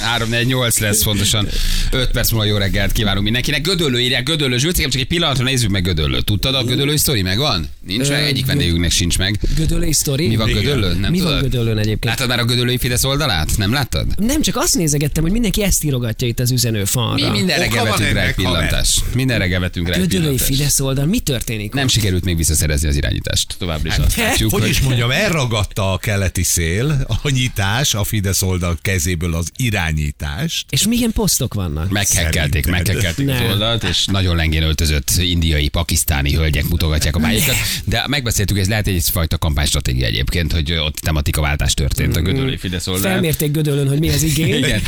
348 lesz pontosan. 5 perc múlva jó reggelt kívánunk mindenkinek. Gödöllő írják, Gödöllő Zsülci, csak egy pillanatra nézzük meg Gödöllő. Tudtad a Gödöllő sztori megvan? Nincs meg, egyik vendégünknek sincs meg. Gödölői sztori? Mi van Gödöllő? Nem Mi van tudod? Hát Gödöllőn egyébként? Láttad már a Gödöllői Fidesz oldalát? Nem láttad? Nem, csak azt nézegettem, hogy mindenki ezt írogatja itt az Mi üzenőfalra. minden Oka reggel van vetünk rá egy ennek, haver. pillantást. Minden reggel vetünk rá egy Gödölői pillantást. Fidesz oldal, mi történik? Nem sikerült még visszaszerezni az irányítást. Továbbra is azt látjuk, Hogy is mondjam, elragadta a keleti szél, a nyitás, a Fidesz oldal kezéből az irányítást. És milyen posztok vannak? Meghekkelték, Szerinted? meghekkelték az Nem. oldalt, és nagyon lengén öltözött indiai, pakisztáni hölgyek mutogatják a májukat. De megbeszéltük, ez lehet egyfajta kampánystratégia egyébként, hogy ott tematikaváltás történt a Gödöllői Fidesz oldalán. Felmérték Gödölön, hogy mi az igény. Igen.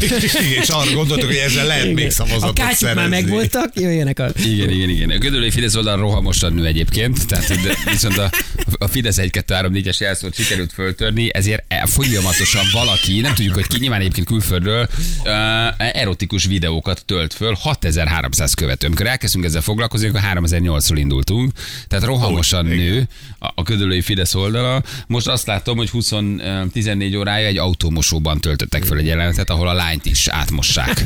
És arra gondoltuk, hogy ezzel lehet még A szavazatot kártyák szerezni. már megvoltak, jöjjenek a... Igen, igen, igen. A Gödöllői Fidesz oldalon rohamosan nő egyébként, tehát de viszont a, a Fidesz 1 2 3 4-es jelszót sikerült föltörni, ezért e- folyamatosan valaki, nem tudjuk, hogy ki, nyilván egyébként külföldről, uh, erotikus videókat tölt föl, 6300 követő. Amikor elkezdtünk ezzel foglalkozni, akkor 3008-ról indultunk, tehát rohamosan nő a, a Gödöllői Fidesz oldala. Most azt látom, hogy 20, ö, 14 órája egy autómosóban töltöttek föl egy jelenetet, ahol a lányt is átmossák.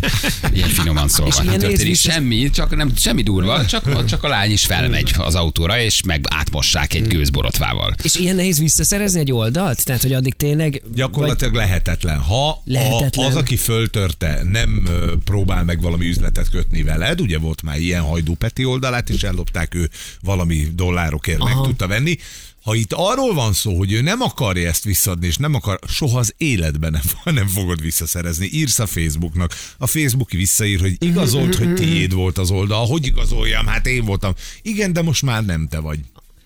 Ilyen finoman szólva. És Hát Nem ilyen történik nézvisz- semmi, csak nem, semmi durva, csak, csak a lány is felmegy az autóra, és meg átmossák egy gőzborotvával. És ilyen nehéz visszaszerezni egy oldalt? Tehát, hogy addig tényleg... Gyakorlatilag lehetetlen. Ha Lehetetlen. lehetetlen. A, az, aki föltörte, nem ö, próbál meg valami üzletet kötni veled, ugye volt már ilyen Hajdú Peti oldalát, és ellopták ő valami dollárokért meg Aha. tudta venni. Ha itt arról van szó, hogy ő nem akarja ezt visszadni, és nem akar, soha az életben nem, nem fogod visszaszerezni. Írsz a Facebooknak, a Facebook visszaír, hogy igazolt, hogy tiéd volt az oldal, hogy igazoljam, hát én voltam. Igen, de most már nem te vagy.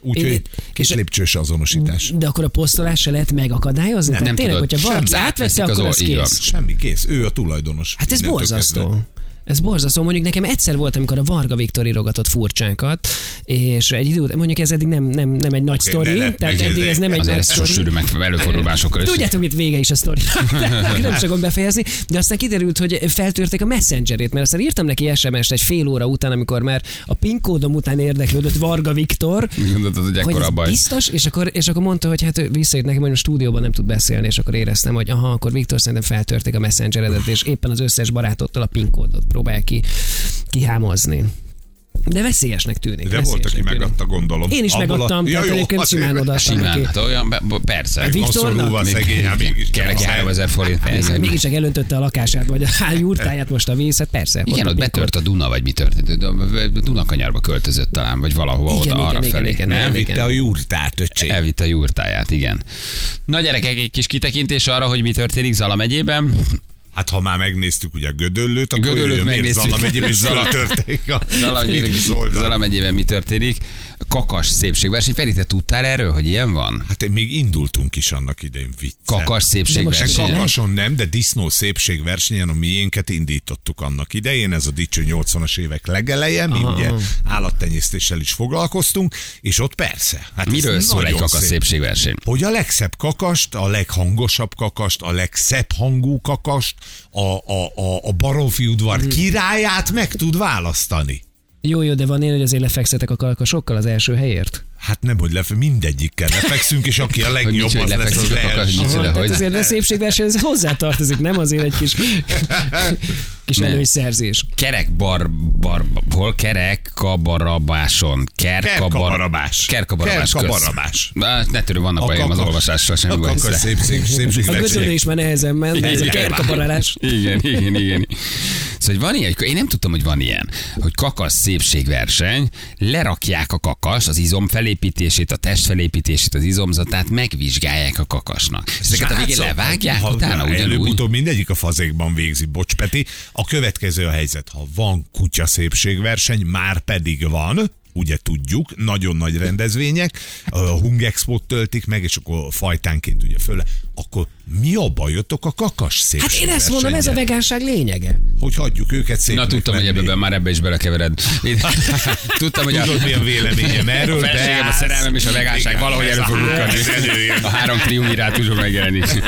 Úgyhogy Én- kis és- lépcsős azonosítás. De akkor a posztolás se lehet megakadályozni? Tehát nem tényleg, tudod. hogyha valaki Sem. átvette, Átveszik az akkor or- az így van. kész. Semmi, kész. Ő a tulajdonos. Hát ez Innentől kezdve. borzasztó. Ez borzasztó. Mondjuk nekem egyszer volt, amikor a Varga Viktor írogatott furcsánkat, és egy idő, mondjuk ez eddig nem, nem, nem egy nagy Oké, sztori, ne lehet tehát eddig ez megnézni. nem egy Azért nagy ez sosem sztori. sűrű meg előfordul másokkal is. Tudjátok, mit vége is a sztori. nem csak befejezni, de aztán kiderült, hogy feltörték a messengerét, mert aztán írtam neki SMS-t egy fél óra után, amikor már a PIN kódom után érdeklődött Varga Viktor, Gondoltad, hogy hogy ekkora a ez baj. biztos, és akkor, és akkor mondta, hogy hát ő visszajött nekem, hogy most stúdióban nem tud beszélni, és akkor éreztem, hogy aha, akkor Viktor szerintem feltörték a messengeredet, és éppen az összes barátodtól a PIN kódot próbál ki, kihámozni. De veszélyesnek tűnik. De volt, aki veszélyesnek tűnik. megadta, gondolom. Én is Abból megadtam, tehát egyébként azért. simán odaadtam Simán, neki. hát olyan, be- be- persze. Hát Viktornak? Koszorúval szegény, hát mégis Kell neki csak 3000 forint. Ez persze. mégiscsak elöntötte a lakását, vagy a hány urtáját most a víz, hát persze. Igen, ott a PIN kód. betört a Duna, vagy mi történt? Dunakanyarba költözött talán, vagy valahova Igen, oda, igen, arra igen, felé. igen, Nem? igen. Elvitte a jurtát, öcsém. Elvitte a jurtáját, igen. Na gyerekek, egy kis kitekintés arra, hogy mi történik Zala megyében. Hát ha már megnéztük ugye a gödöllőt, akkor Gödöllőt jöjjön, miért megnéztük. Zala megyéb és Zala történik a Zala, Fidesz oldalon. Zala megyében mi történik? Kakas szépségverseny. Feri, te tudtál erről, hogy ilyen van? Hát még indultunk is annak idején viccel. Kakas De szépségverseny. most- Kakason nem, de disznó szépségversenyen a miénket indítottuk annak idején, ez a dicső 80-as évek legeleje, mi Aha, ugye aha. állattenyésztéssel is foglalkoztunk, és ott persze. Hát ez Miről szól egy nagyon kakas szép. szépségverseny? hogy a legszebb kakast, a leghangosabb kakast, a legszebb hangú kakast, a, a, a, a baromfi udvar Hmm. királyát meg tud választani. Jó, jó, de van én, hogy azért lefekszetek a kalkasokkal az első helyért. Hát nem, hogy lef- mindegyikkel lefekszünk, és aki a Hogy legjobb, nincs, hogy az lesz az lefekszik a kakas, első. nincs, Aha, de tehát hogy. azért a szépségverseny ez hozzátartozik, nem azért egy kis, kis Nem. előnyszerzés. Kerek bar, bar, hol? Kerek kabarabáson. Kerkabarabás. Kerkabarabás. kösz. Kerkabarabás. Hát, Ne törő, vannak bajom az kakas- olvasással, a semmi baj. kakas Szre- szép, szép, A gödölő szépségverseny. is már nehezen ment, ez a Igen. kerkabarálás. Igen, igen, igen. Szóval, hogy van ilyen, hogy- én nem tudtam, hogy van ilyen, hogy kakas szépségverseny, lerakják a kakas, az izom felépítését, a test felépítését, az izomzatát, megvizsgálják a kakasnak. És Ezeket a végén Srácok, levágják, ha- utána ha ugyanúgy. Előbb-utóbb mindegyik a fazékban végzi, bocs Peti. A következő a helyzet, ha van kutya szépségverseny, már pedig van, ugye tudjuk, nagyon nagy rendezvények, a Hung Expo-t töltik meg, és akkor fajtánként ugye föl, akkor mi a bajotok a kakas Hát szépségversenyen? én ezt mondom, ez a vegánság lényege. Hogy hagyjuk őket szépnek Na tudtam, hogy lenni. ebben már ebbe is belekevered. Én, tudtam, hogy a, Tudod, milyen véleményem a erről, feleségem, a szerelmem és a vegánság Igen, valahogy ez elő a fog három, bukkanni. ez előjön. A három triumvirátusban megjelenik.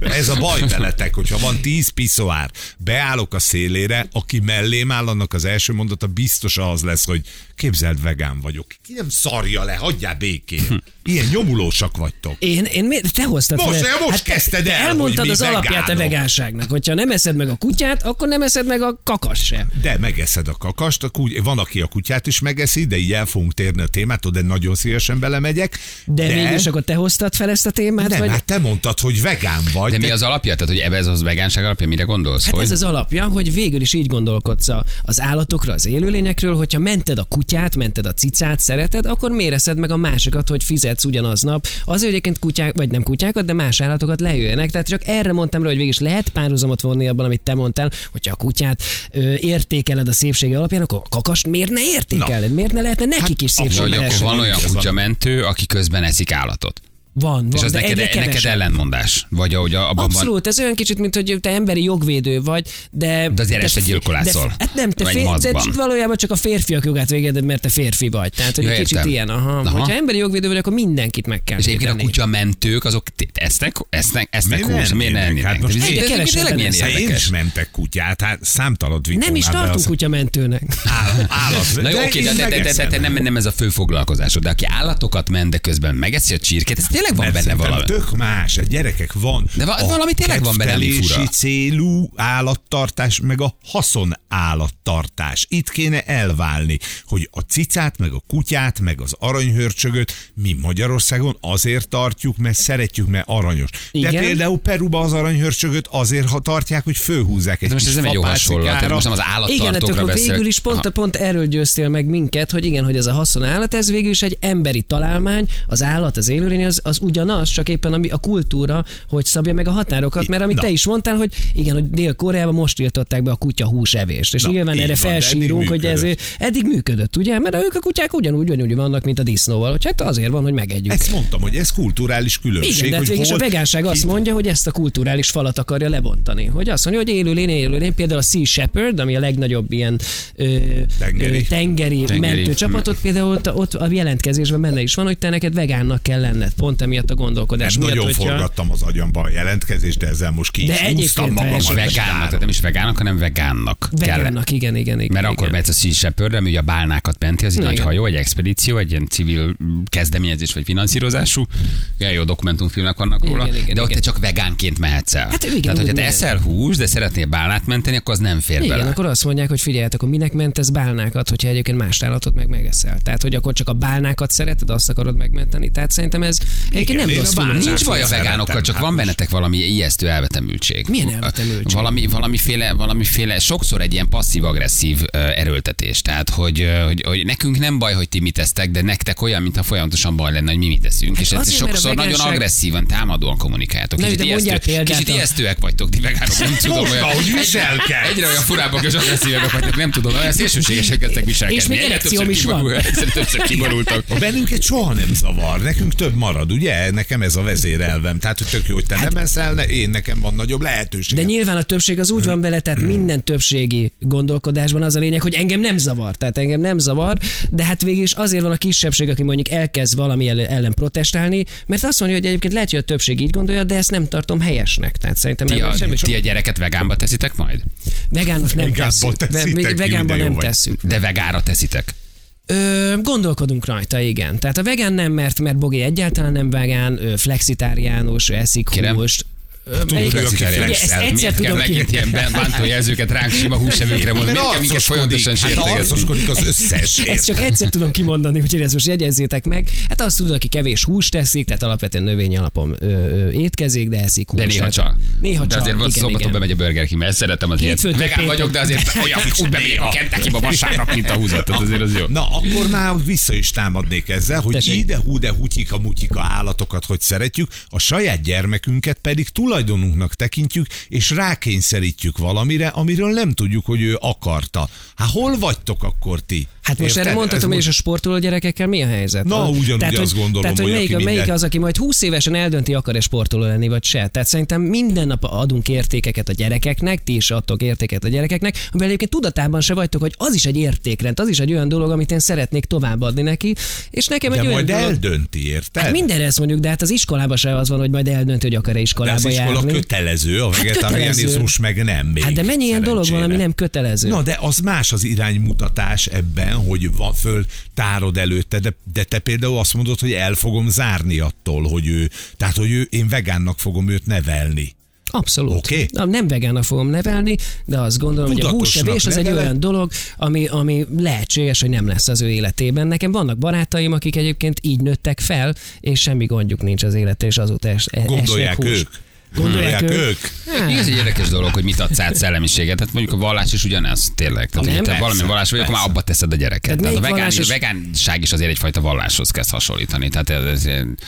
Ez a baj veletek, hogyha van tíz piszoár, beállok a szélére, aki mellém áll, annak az első mondata biztos az lesz, hogy képzeld, vegán vagyok. Ki nem szarja le, hagyjál békén. Ilyen nyomulósak vagytok. Én, én mi, te hoztad Most, fel- hát el- most kezdted te el, hogy Elmondtad mi az alapját a vegánok. vegánságnak. Hogyha nem eszed meg a kutyát, akkor nem eszed meg a kakas sem. De megeszed a kakast, a kuty- van, aki a kutyát is megeszi, de így el fogunk térni a témától, de nagyon szívesen belemegyek. De, de mégis akkor te hoztad fel ezt a témát? nem, vagy... hát te mondtad, hogy vegán vagy. De mi te- az alapja? Tehát, hogy ez az vegánság alapja, mire gondolsz? Hát hogy? ez az alapja, hogy végül is így gondolkodsz a- az állatokra, az élőlényekről, hogyha mented a kutyát, mented a cicát, szereted, akkor méreszed meg a másikat, hogy fizetsz ugyanaznap. Az egyébként kutyák, vagy nem kutyákat, de más állatokat lejöjjenek. Tehát csak erre mondtam rá, hogy végig is lehet párhuzamot vonni abban, amit te mondtál, hogyha a kutyát ö, értékeled a szépsége alapján, akkor a kakast miért ne értékeled? Na. Miért ne lehetne nekik is Jó, hogy szépsége? akkor Hát, van olyan Ez van. kutyamentő, aki közben eszik állatot. van, van, És az de neked, egyre neked kevesebb. ellenmondás. Vagy ahogy a- abban van. Abszolút, ez olyan kicsit, mint hogy te emberi jogvédő vagy, de... De azért te este fi- gyilkolászol. de- Hát nem, te, Vagy fél, de maszkban. valójában csak a férfiak jogát végeded, mert te férfi vagy. Tehát, hogy Ja, egy kicsit értem. ilyen, aha. Aha. aha. Hogyha emberi jogvédő vagy, akkor mindenkit meg kell És egyébként a védeni. kutyamentők, azok t- esznek, esznek, esznek Miért hús, nem miért ne ennének? ennének? Hát most Ez- egyre ez tényleg kevesebben milyen esznek. Hát Én is érdekes. mentek kutyát, hát számtalat vittem Nem is tartunk kutyamentőnek. Állat, állat. Na jó, de oké, én de, de, de, de, megeszem. de nem, nem ez a fő foglalkozásod, de aki állatokat ment, de közben megeszi a csirkét, ez tényleg van benne szerintem valami. Tök más, a gyerekek van. De va- a valami tényleg van benne, ami fura. kedvelési célú állattartás, meg a haszon állattartás. Itt kéne elválni, hogy a cicát, meg a kutyát, meg az aranyhörcsögöt mi Magyarországon azért tartjuk, mert szeretjük, mert aranyos. De Igen. például Peruba az aranyhörcsögöt azért ha tartják, hogy fölhúzzák egy De most ez kis nem egy jó hasonlat, tehát fapácikára. most nem az Igen, hát állattartókra akkor beszélek. végül is pont, pont erről győztél meg minket, hogy igen, hogy ez a haszonállat, ez végül is egy emberi találmány, az állat, az élőlény, az, az ugyanaz, csak éppen ami, a kultúra, hogy szabja meg a határokat, mert amit Na. te is mondtál, hogy igen, hogy Dél-Koreában most tiltották be a kutya húsevést, és Na, nyilván így erre van, de eddig felsírunk, hogy működött. ezért eddig működött, ugye? Mert ők a kutyák ugyanúgy, ugyanúgy vannak, mint a disznóval, hogy hát azért van, hogy megegyük. Ezt mondtam, hogy ez kulturális különbség. Igen, de hát hogy végül is a hol- vegánság azt ki- mondja, hogy ezt a kulturális falat akarja lebontani. Hogy azt mondja, hogy élőlény, élőlény, például a Sea Shepherd, ami a legnagyobb ilyen ö, Tengeri. Ö, tengeri, Tengeri. tengeri mentőcsapatot, például ott, ott a jelentkezésben benne is van, hogy te neked vegánnak kell lenned, pont emiatt a gondolkodás Nem miatt. Hát nagyon hogyha- forgattam az agyamban a jelentkezést, de ezzel most ki De is húztam egyébként magam. És teljesen vegánnak, tehát hát nem is vegánnak, hanem vegánnak. kell- Vegánnak, igen, igen, igen. Mert akkor igen. mehetsz a Sea Shepherd, ami ugye a bálnákat menti, az egy Igen. nagy hajó, egy expedíció, egy ilyen civil mm, kezdeményezés vagy finanszírozású. Ilyen jó dokumentumfilmek vannak Igen, róla, igen, de ott te igen. csak vegánként mehetsz el. Hát igen, Tehát, hogyha úgy te mehet. eszel hús, de szeretnél bálnát menteni, akkor az nem fér igen, bele. akkor azt mondják, hogy figyelj, hát akkor minek mentesz bálnákat, hogyha egyébként más állatot meg megeszel. Tehát, hogy akkor csak a bálnákat szereted, azt akarod megmenteni. Tehát szerintem ez egyébként nem én a rossz bálnát filozófia. Nincs baj a Szeretem, vegánokkal, csak hát van most. bennetek valami ijesztő elvetemültség. Milyen elvetemültség? Valami, valamiféle, valamiféle, sokszor egy ilyen passzív-agresszív ö, erőltetés. Tehát, hogy, ö, hogy, hogy, nekünk nem baj, hogy ti mit tesztek, de nektek olyan, mintha folyamatosan baj lenne, hogy mi mit teszünk. és ez Hát azért, mert a sokszor nagyon vegánság- agresszívan, támadóan kommunikáltok. Na, Kicsit, de mondjál ijesztő, példát kicsit a- ijesztőek vagytok, ti vegánok. Nem tudom, Most, olyan- ahogy egyre- viselkedsz. Egyre olyan furábbak és agresszívek vagytok, nem tudom, olyan szélsőségesek kezdtek viselkedni. És még Egyre erekcióm többször is van. kiborul- egyre Többször kiborultak. A bennünket soha nem zavar, nekünk több marad, ugye? Nekem ez a vezérelvem. Tehát, hogy tök jó, hogy te nem eszel, ne, én nekem van nagyobb lehetőség. Hát- De nyilván a többség az úgy van bele, tehát Mm. minden többségi gondolkodásban az a lényeg, hogy engem nem zavar. Tehát engem nem zavar, de hát végül is azért van a kisebbség, aki mondjuk elkezd valami el- ellen protestálni, mert azt mondja, hogy egyébként lehet, hogy a többség így gondolja, de ezt nem tartom helyesnek. Tehát szerintem Ti a, ebben semmi ti a gyereket vegánba teszitek majd? Vegánot nem Vegánba tesszük. Ve- teszitek, mi- Vegánba minden jó nem vagy. tesszük. De vegára teszitek. Ö, gondolkodunk rajta, igen. Tehát a vegán nem, mert, mert Bogi egyáltalán nem vegán, ö, flexitáriánus, ő eszik Kérem? húst. Ö, ő, egyébként- aki Ugye, flexel. ezt egyszer Miért kell tudom ki. megint ilyen bántó jelzőket ránk sima húsevőkre mondani? Miért kell minket folyamatosan hát sértegetni? arcoskodik az összes. Ezt csak egyszer tudom kimondani, úgyhogy ezt most jegyezzétek meg. Hát azt tudod, aki kevés húst teszik, tehát alapvetően növény alapon ö, ö, étkezik, de eszik húst. De néha Tehát csal. Néha de csal, azért igen, volt szombaton igen. bemegy a Burger King, mert szeretem az ilyet. Hétfőtől Vegán péntek. vagyok, de azért olyan úgy bemegyek a Kentuckyba vasárnap, mint a húzat. Tehát azért az jó. Na, akkor már vissza is támadnék ezzel, hogy Tessék. ide hú de hutyika mutyika állatokat, hogy szeretjük, a saját gyermekünket pedig tulajdonunknak tekintjük, és rákényszerítjük valamire, amiről nem tudjuk, hogy ő akarta. Hát hol vagytok akkor ti? Hát most Érted? erre Ez mondhatom, hogy most- és a sportoló gyerekekkel mi a helyzet? Na, A- ugyanúgy hogy- azt gondolom, tehát, hogy, hogy melyik, aki melyik minden- az, aki majd 20 évesen eldönti, akar-e sportoló lenni, vagy se. Tehát szerintem minden nap adunk értékeket a gyerekeknek, ti is adtok értéket a gyerekeknek, amivel egyébként tudatában se vagytok, hogy az is egy értékrend, az is egy olyan dolog, amit én szeretnék továbbadni neki, és nekem egy De olyan majd dolog... eldönti, érted? Hát mindenre ezt mondjuk, de hát az iskolában se az van, hogy majd eldönti, hogy akar-e De az iskolába iskola iskola járni. kötelező, a vegetarianizmus hát kötelező. meg nem még. Hát de mennyi ilyen dolog van, ami szerencsére. nem kötelező? Na, de az más az iránymutatás ebben, hogy van föl tárod előtte, de, de te például azt mondod, hogy el fogom zárni attól, hogy ő, tehát hogy ő, én vegánnak fogom őt nevelni. Abszolút. Oké. Na, Nem vegánnak fogom nevelni, de azt gondolom, hogy a Tudatosnak húsevés az egy neveled? olyan dolog, ami, ami lehetséges, hogy nem lesz az ő életében. Nekem vannak barátaim, akik egyébként így nőttek fel, és semmi gondjuk nincs az élet, és azóta es, e- Gondolják esnek hús. ők. Gondolják ők. Hát, Igen, ez egy érdekes dolog, hogy mit adsz át szellemiséget. Tehát mondjuk a vallás is ugyanez, tényleg. Tehát, Nem? hogyha te Persze, valami vallás vagy, akkor már abba teszed a gyereket. Tehát Tehát, melyik a vegán, vallásos- a vegánság is azért egyfajta valláshoz kezd hasonlítani. Tehát ez, ez ilyen-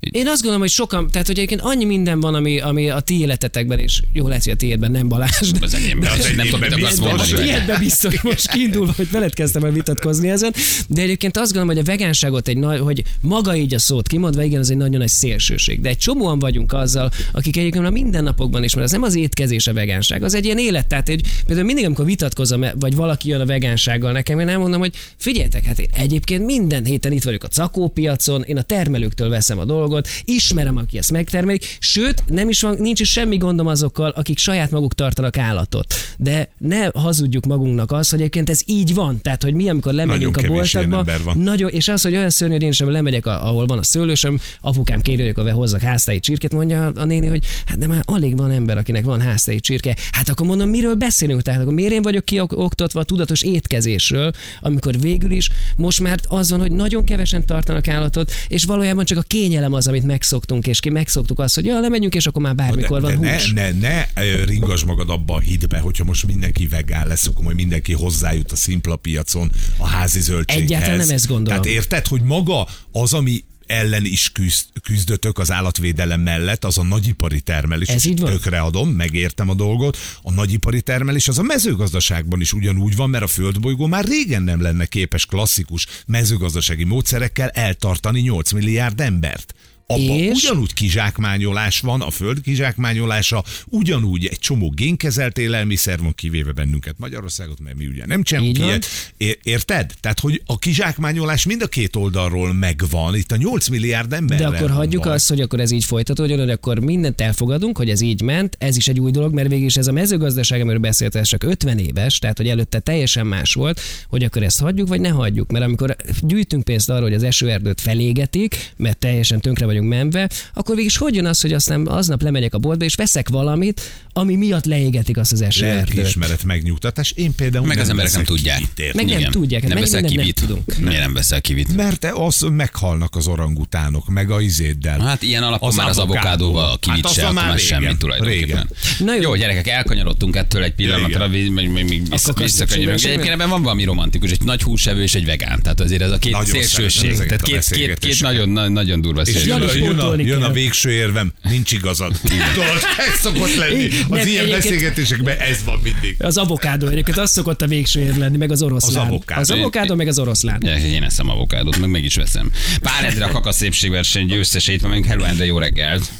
Én azt gondolom, hogy sokan, tehát hogy egyébként annyi minden van, ami, ami a ti életetekben, és jó lehet, hogy a tiédben nem Balázs, de az enyémben, az az nem tudom, mit enyémben akarsz biztos. mondani. Most vagy. ilyenbe biztos, most kiindulva, hogy veled kezdtem el vitatkozni ezen, de egyébként azt gondolom, hogy a vegánságot egy nagy, hogy maga így a szót kimondva, igen, az egy nagyon nagy szélsőség, de egy csomóan vagyunk azzal, akik egyébként a mindennapokban is, mert az nem az étkezés a vegánság, az egy ilyen élet, tehát egy, például mindig, amikor vitatkozom, vagy valaki jön a vegánsággal nekem, én elmondom, hogy figyeljetek, hát én egyébként minden héten itt vagyok a cakópiacon, én a termelőktől veszem a dolgot, ismerem, aki ezt megtermelik, sőt, nem is van, nincs is semmi gondom azokkal, akik saját maguk tartanak állatot. De ne hazudjuk magunknak azt, hogy egyébként ez így van. Tehát, hogy mi, amikor lemegyünk Nagyon a kevés ilyen boltokba, ember van. nagyon, és az, hogy olyan szörnyű, hogy én sem lemegyek, a- ahol van a szőlősöm, apukám kéri, hogy akkor hozzak háztai csirkét, mondja a néni, hogy hát de már alig van ember, akinek van háztai csirke. Hát akkor mondom, miről beszélünk? Tehát akkor miért én vagyok kioktatva a tudatos étkezésről, amikor végül is most már az van, hogy nagyon kevesen tartanak állatot, és valójában csak a kényelem az, amit megszoktunk, és ki megszoktuk azt, hogy ja, lemegyünk, és akkor már bármikor de, van de hús. Ne, ne, ne ö, ringasd magad abba a hitbe, hogyha most mindenki vegán lesz, akkor majd mindenki hozzájut a szimpla piacon a házi zöldséghez. Egyáltalán nem ezt gondolom. Tehát érted, hogy maga az, ami ellen is küzd, küzdötök az állatvédelem mellett, az a nagyipari termelés. Ez És így van. Tökre adom, megértem a dolgot. A nagyipari termelés az a mezőgazdaságban is ugyanúgy van, mert a földbolygó már régen nem lenne képes klasszikus mezőgazdasági módszerekkel eltartani 8 milliárd embert. Abba És? ugyanúgy kizsákmányolás van, a föld kizsákmányolása, ugyanúgy egy csomó génkezelt élelmiszer van, kivéve bennünket Magyarországot, mert mi ugye nem csinálunk Így van. ilyet. É- Érted? Tehát, hogy a kizsákmányolás mind a két oldalról megvan, itt a 8 milliárd ember. De akkor hagyjuk van. azt, hogy akkor ez így folytatódjon, hogy akkor mindent elfogadunk, hogy ez így ment, ez is egy új dolog, mert végig is ez a mezőgazdaság, amiről beszéltél, ez csak 50 éves, tehát hogy előtte teljesen más volt, hogy akkor ezt hagyjuk, vagy ne hagyjuk. Mert amikor gyűjtünk pénzt arra, hogy az esőerdőt felégetik, mert teljesen tönkre vagyunk menve, akkor végig is hogy jön az, hogy aztán aznap lemegyek a boltba, és veszek valamit, ami miatt leégetik azt az esőerdőt. Lelkiismeret megnyugtatás. Én például Meg az emberek nem veszek tudják. kitért. Meg nem Igen. tudják, hát Nem mennyi veszel mindent nem kivit. tudunk. Miért nem veszel kivit? Mert te az meghalnak az orangutánok, meg a izéddel. Hát ilyen alapon már az avokádóval a kivit Hát azzal se, akkor már már régen, semmi tulajdonképpen. régen. Na jó. jó. gyerekek, elkanyarodtunk ettől egy pillanatra, még, még, még, még vissza- köszönjük visszakanyarodunk. szépen. Egyébként ebben van valami romantikus, egy nagy húsevő és egy vegán. Tehát azért ez a két Nagyon szeretem szélsőség. ezeket Tehát a két, két, két beszélgetéseket. nagyon, na- nagyon durva És szélsőség. jön, a, Janis jön, a, pótolni jön a kell. végső érvem, nincs igazad. Tudod, ez szokott lenni. Az Nem, ilyen egyébként- beszélgetésekben ez van mindig. Az avokádó egyébként az szokott a végső ér lenni, meg az oroszlán. avokádó. az avokádó meg az oroszlán. Gyerekek, én eszem avokádot, meg meg is veszem. Pár ezre a kakasz szépségverseny győzteseit, ma megyünk Hello Endre, jó reggelt.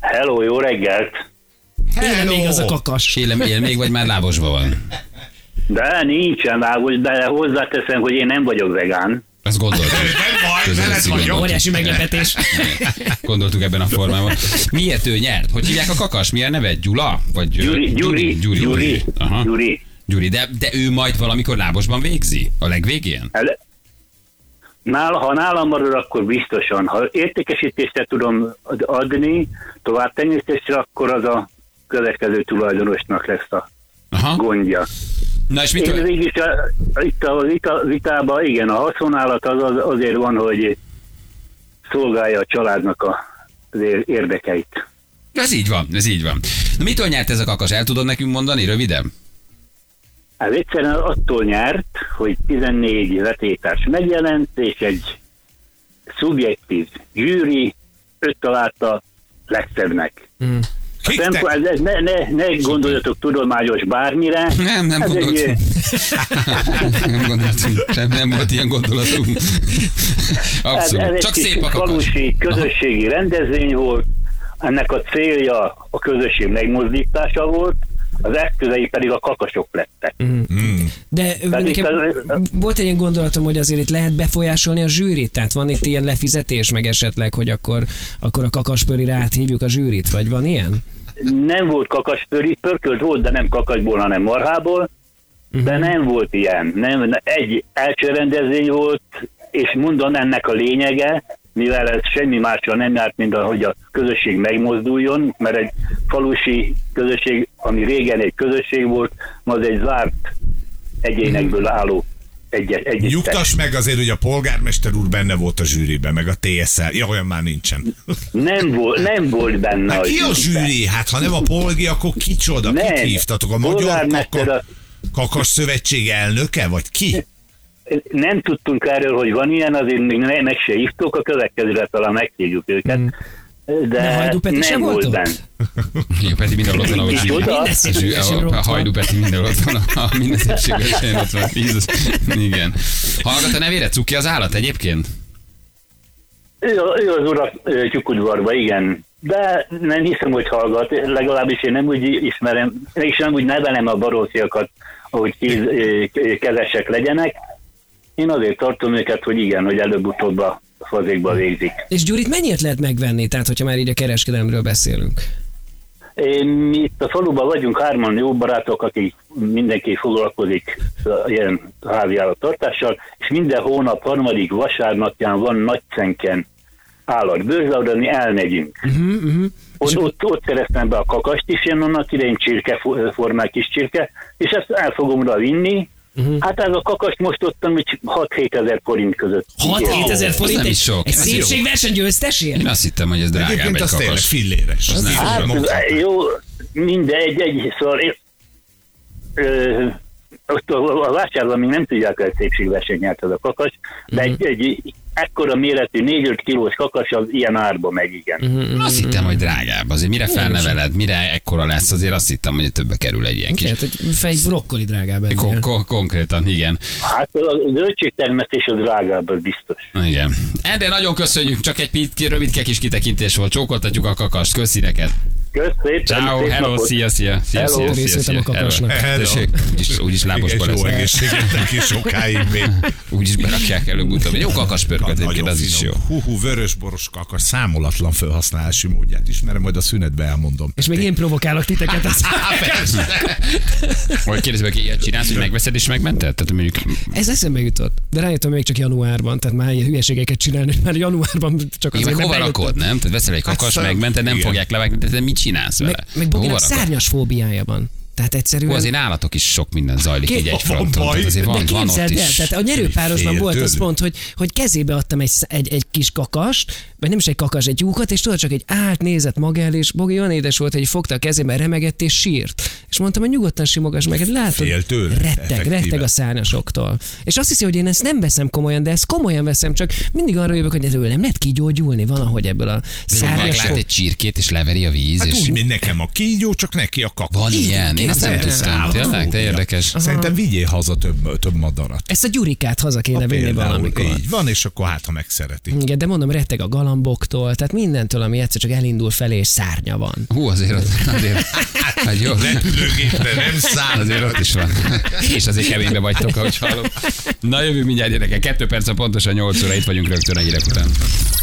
Hello, jó reggelt! Éle még az a kakas. Élem, él még, vagy már lábosban van? De nincsen vágos, de hozzáteszem, hogy én nem vagyok vegán. Azt gondoltam. Nem baj, Közben veled szigorú. vagyok. Óriási meglepetés. Gondoltuk ebben a formában. Miért ő nyert? Hogy hívják a kakas? Milyen neve? Gyula? Vagy Gyuri, Gyuri, Gyuri, Gyuri, Aha. Gyuri. Gyuri, de, de ő majd valamikor lábosban végzi? A legvégén? El- Nála, ha nálam marad, akkor biztosan. Ha értékesítésre tudom ad- adni, tovább tenyésztésre, akkor az a következő tulajdonosnak lesz a Aha. gondja. Na és mit Én tör- végig a, itt a vita, vitában, igen, a haszonállat az, az azért van, hogy szolgálja a családnak a, az ér- érdekeit. Ez így van, ez így van. Na mitől nyert ez a kakas? El tudod nekünk mondani röviden? Hát egyszerűen attól nyert, hogy 14 vetétárs megjelent, és egy szubjektív zsűri őt találta legszebbnek. Kik Nem, te- ez, ez ne, ne, ne gondoljatok tudományos bármire. Hát Nem, nem ez egy, gondoltam. nem gondoltunk, sem nem volt ilyen gondolatunk. Hát, ez, ez Abszolút. egy Csak kis szép a kakas. falusi közösségi rendezvény volt, ennek a célja a közösség megmozdítása volt, az eszközei pedig a kakasok lettek. De nekem itt- volt egy ilyen gondolatom, hogy azért itt lehet befolyásolni a zsűrit, tehát van itt ilyen lefizetés, meg esetleg, hogy akkor, akkor a kakaspörire áthívjuk a zsűrit, vagy van ilyen? nem volt kakasfőri, pörkölt volt, de nem kakasból, hanem marhából, de Mhm. nem volt ilyen. Nem, ne- egy első rendezvény volt, és mondom ennek a lényege, mivel ez semmi másra nem járt, mint ahogy a közösség megmozduljon, mert egy falusi közösség, ami régen egy közösség volt, ma az egy zárt egyénekből Mhm. álló egy, egy, Nyugtass meg azért, hogy a polgármester úr benne volt a zsűriben, meg a TSL. Ja, olyan már nincsen. Nem volt, nem volt benne. Hát ki a zsűriben. zsűri? Hát ha nem a polgi, akkor kicsoda? Kit Nem. hívtatok? A Magyar Polgármester Kaka- a- Kakas Szövetség elnöke? Vagy ki? nem tudtunk erről, hogy van ilyen, azért még ne, meg se hívtuk, a következőre talán meghívjuk őket. De De Hajdú Peti nem se volt volt ott? benne. Jó, Peti mindenhol ott van, ahogy Így zsűri. oda? A zsűri- a- szépségesen ott A van. hajdú Peti mindenhol ott van, a- a minden szépségesen ott van. Jézus. Igen. Hallgat a nevére, cuki az állat egyébként? Ő, a- ő az urak ö, tyúkudvarba, igen. De nem hiszem, hogy hallgat, legalábbis én nem úgy ismerem, és nem úgy nevelem a baróciakat, ahogy kéz, ö, ö, kezesek legyenek. Én azért tartom őket, hogy igen, hogy előbb-utóbb a fazékba végzik. És Gyurit mennyiért lehet megvenni? Tehát, hogyha már így a kereskedelemről beszélünk. Én, mi itt a faluban vagyunk hárman jó barátok, akik mindenki foglalkozik ö, ilyen háziállattartással, és minden hónap harmadik vasárnapján van Nagyszenken állatbőrze, oda mi elmegyünk. Uh-huh, uh-huh. Ott, ott, ott szereztem be a kakast is, én annak idején csirke, fo- formák kis csirke, és ezt el fogom oda vinni, Uh-huh. Hát ez a kakas most ott, amit 6-7 ezer forint között. Igen. 6-7 ezer forint nem egy, is sok. egy Ez jó. szépségverseny győztesért? Én azt hittem, hogy ez drágább Egyébként egy az tényleg kakas. filléres. Az nem. filléres. Hát, Mondták. jó, mindegy, egy, szóval én, ö, ott a, a vásárban még nem tudják el szépségversenyt ez a kakas, de Mhm. egy, egy ekkora méretű 4-5 kilós kakas az ilyen árba megy, igen. Uh-huh. Én Azt hittem, hogy drágább. Azért mire felneveled, mire ekkora lesz, azért azt hittem, hogy többe kerül egy ilyen kis. Tehát, hogy fej brokkoli drágább ennél. Kon- kon- konkrétan, igen. Hát a zöldségtermesztés az drágább, az biztos. Igen. Endre, nagyon köszönjük, csak egy pi- rövidke kis kitekintés volt. Csókoltatjuk a kakast, köszi neked. Kösz szépen, Ciao, szép hello, napot. szia, szia, szia, Hello. szia, szia, Részletem szia, a kakasnak. hello. Hello. Tessék, úgyis, úgyis lábosba És jó lesz. egészséget neki sokáig még. Úgyis berakják előbb-utóbb. Egy Jó kakaspörkölt egyébként, Nagyon az is jó. finom. Hú, vörös boros kakas, számolatlan felhasználási módját ismerem, majd a szünetbe elmondom. Hát És még én provokálok titeket. Az... Vagy kérdezd meg, hogy ilyet csinálsz, hogy megveszed és megmented? Tehát mondjuk Ez eszembe jutott. De rájöttem még csak januárban, tehát már ilyen hülyeségeket csinálni, hogy már januárban csak igen, azért, meg hova mert rakod, nem? Tehát veszel egy kakas, szám- megmented, nem igen. fogják levágni, tehát te mit csinálsz vele? Hát Meg, meg Boginak Hova rakod? szárnyas fóbiája van. Tehát Hú, egyszerűen... azért nálatok is sok minden zajlik Ki- egy egy Van fronton. baj. Tehát azért van, de van ott képzeld el, is. tehát a nyerőpárosban fél volt az tőlük. pont, hogy, hogy kezébe adtam egy, sz- egy, egy kis kakast, vagy nem is egy kakas, egy lyukat, és tudod, csak egy állt, nézett maga el, és Bogi olyan édes volt, hogy fogta a kezébe, remegett és sírt. És mondtam, hogy nyugodtan simogass meg, hát látod, Fél tőle, retteg, effektíve. retteg a szárnyasoktól. És azt hiszi, hogy én ezt nem veszem komolyan, de ezt komolyan veszem, csak mindig arra jövök, hogy erről nem lehet kigyógyulni valahogy ebből a Szárnyas szárnyas lát egy csirkét, és leveri a víz, Hát és úgy, mint nekem a kígyó, csak neki a kakas. van ilyen. Én ezt nem képzeld el. tudtam. Tényleg, te Fú, érdekes. Szerintem vigyél haza több, több madarat. Ezt a gyurikát haza Ha kéne vinni például valamikor. Így van, és akkor hát, ha megszereti. Igen, de mondom, retteg a galamboktól, tehát mindentől, ami egyszer csak elindul felé, és szárnya van. Hú, azért ott, azért, hát jó, Repülőgépre nem száll. azért ott is van. És azért keménybe vagytok, ahogy hallom. Na jövő mindjárt gyerekek, kettő perc a pontosan 8 óra, itt vagyunk rögtön a hírek után.